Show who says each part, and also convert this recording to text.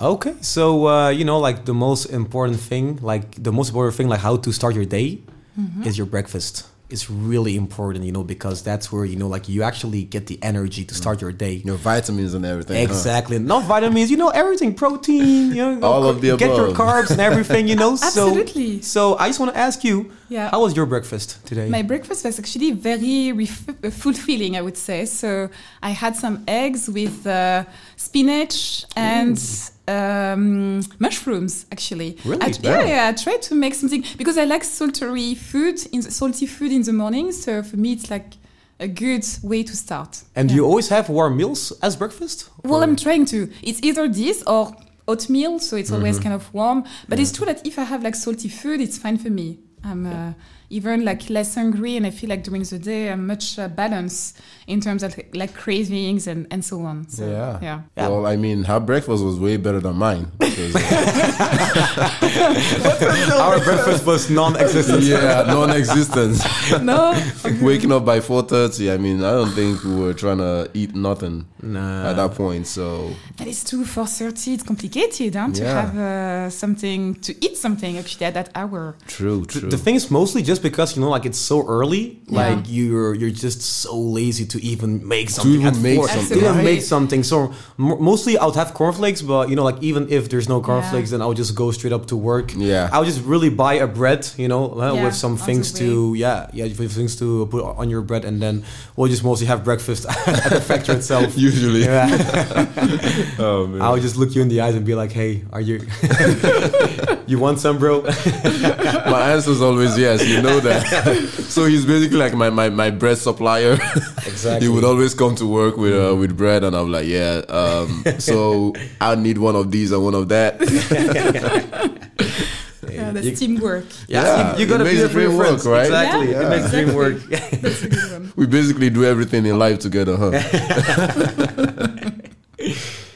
Speaker 1: Okay, so uh, you know, like the most important thing, like the most important thing, like how to start your day,
Speaker 2: Mm-hmm.
Speaker 1: is your breakfast. It's really important, you know, because that's where you know, like you actually get the energy to start your day.
Speaker 3: Your vitamins and everything. huh?
Speaker 1: Exactly, not vitamins, you know, everything, protein, you know,
Speaker 3: All of the
Speaker 1: get your
Speaker 3: above.
Speaker 1: carbs and everything, you know.
Speaker 2: Absolutely.
Speaker 1: So, so I just want to ask you,
Speaker 2: Yeah.
Speaker 1: how was your breakfast today?
Speaker 2: My breakfast was actually very ref- uh, fulfilling, I would say. So I had some eggs with uh, spinach and um, mushrooms, actually.
Speaker 1: Really?
Speaker 2: I, yeah,
Speaker 1: Wow.
Speaker 2: yeah. I tried to make something because I like salty food in the, salty food in the morning. So for me, it's like a good way to start.
Speaker 1: and do
Speaker 2: Yeah.
Speaker 1: you always have warm meals as breakfast?
Speaker 2: Well,
Speaker 1: Or-
Speaker 2: I'm trying to. It's either this or oatmeal, so it's always kind of warm. But it's true that if I have like salty food, it's fine for me. I'm uh, even like less hungry, and I feel like during the day I'm much uh, balanced in terms of like cravings and, and so on. So,
Speaker 3: Yeah.
Speaker 2: yeah.
Speaker 1: Yeah.
Speaker 3: Well, I mean, her breakfast was way better than mine. because, uh,
Speaker 1: our breakfast was non-existent.
Speaker 3: yeah, non-existence.
Speaker 2: no,
Speaker 3: Waking up by four thirty. I mean, I don't think we were trying to eat nothing
Speaker 1: Nah.
Speaker 3: at that point. So
Speaker 2: that is too for thirty. It's complicated huh, to
Speaker 3: Yeah.
Speaker 2: have uh, something to eat something actually at that hour.
Speaker 3: true, true.
Speaker 1: The thing is mostly just because you know, like it's so early,
Speaker 2: Yeah.
Speaker 1: like you're you're just so lazy to even make something.
Speaker 3: even
Speaker 1: at
Speaker 3: make
Speaker 1: four-
Speaker 3: something,
Speaker 1: to even
Speaker 2: Absolutely.
Speaker 1: make something. So m- mostly I would have cornflakes, but you know, like even if there's no cornflakes, then I would just go straight up to work.
Speaker 3: Yeah.
Speaker 1: I would just really buy a bread, you know, uh,
Speaker 2: Yeah,
Speaker 1: with some
Speaker 2: on
Speaker 1: things
Speaker 2: the
Speaker 1: to yeah, yeah, with things to put on your bread, and then we'll just mostly have breakfast at the factory itself.
Speaker 3: Usually,
Speaker 1: Yeah,
Speaker 3: oh, man.
Speaker 1: I would just look you in the eyes and be like, "Hey, are you? you want some, bro?"
Speaker 3: my answer is always yes. You know that. so he's basically like my my, my bread supplier.
Speaker 1: Exactly.
Speaker 3: He would always come to work with uh, with bread, and I'm like, yeah. Um, so I need one of these and one of that.
Speaker 2: Yeah, that's
Speaker 1: you-
Speaker 2: teamwork.
Speaker 1: Yeah,
Speaker 3: Yeah,
Speaker 1: you, you
Speaker 3: it
Speaker 1: gotta be
Speaker 3: makes
Speaker 1: there for your
Speaker 3: dream work,
Speaker 1: friends.
Speaker 3: right?
Speaker 1: Exactly,
Speaker 2: Yeah.
Speaker 1: it makes dream work.
Speaker 2: That's a good one.
Speaker 3: We basically do everything in life together, huh?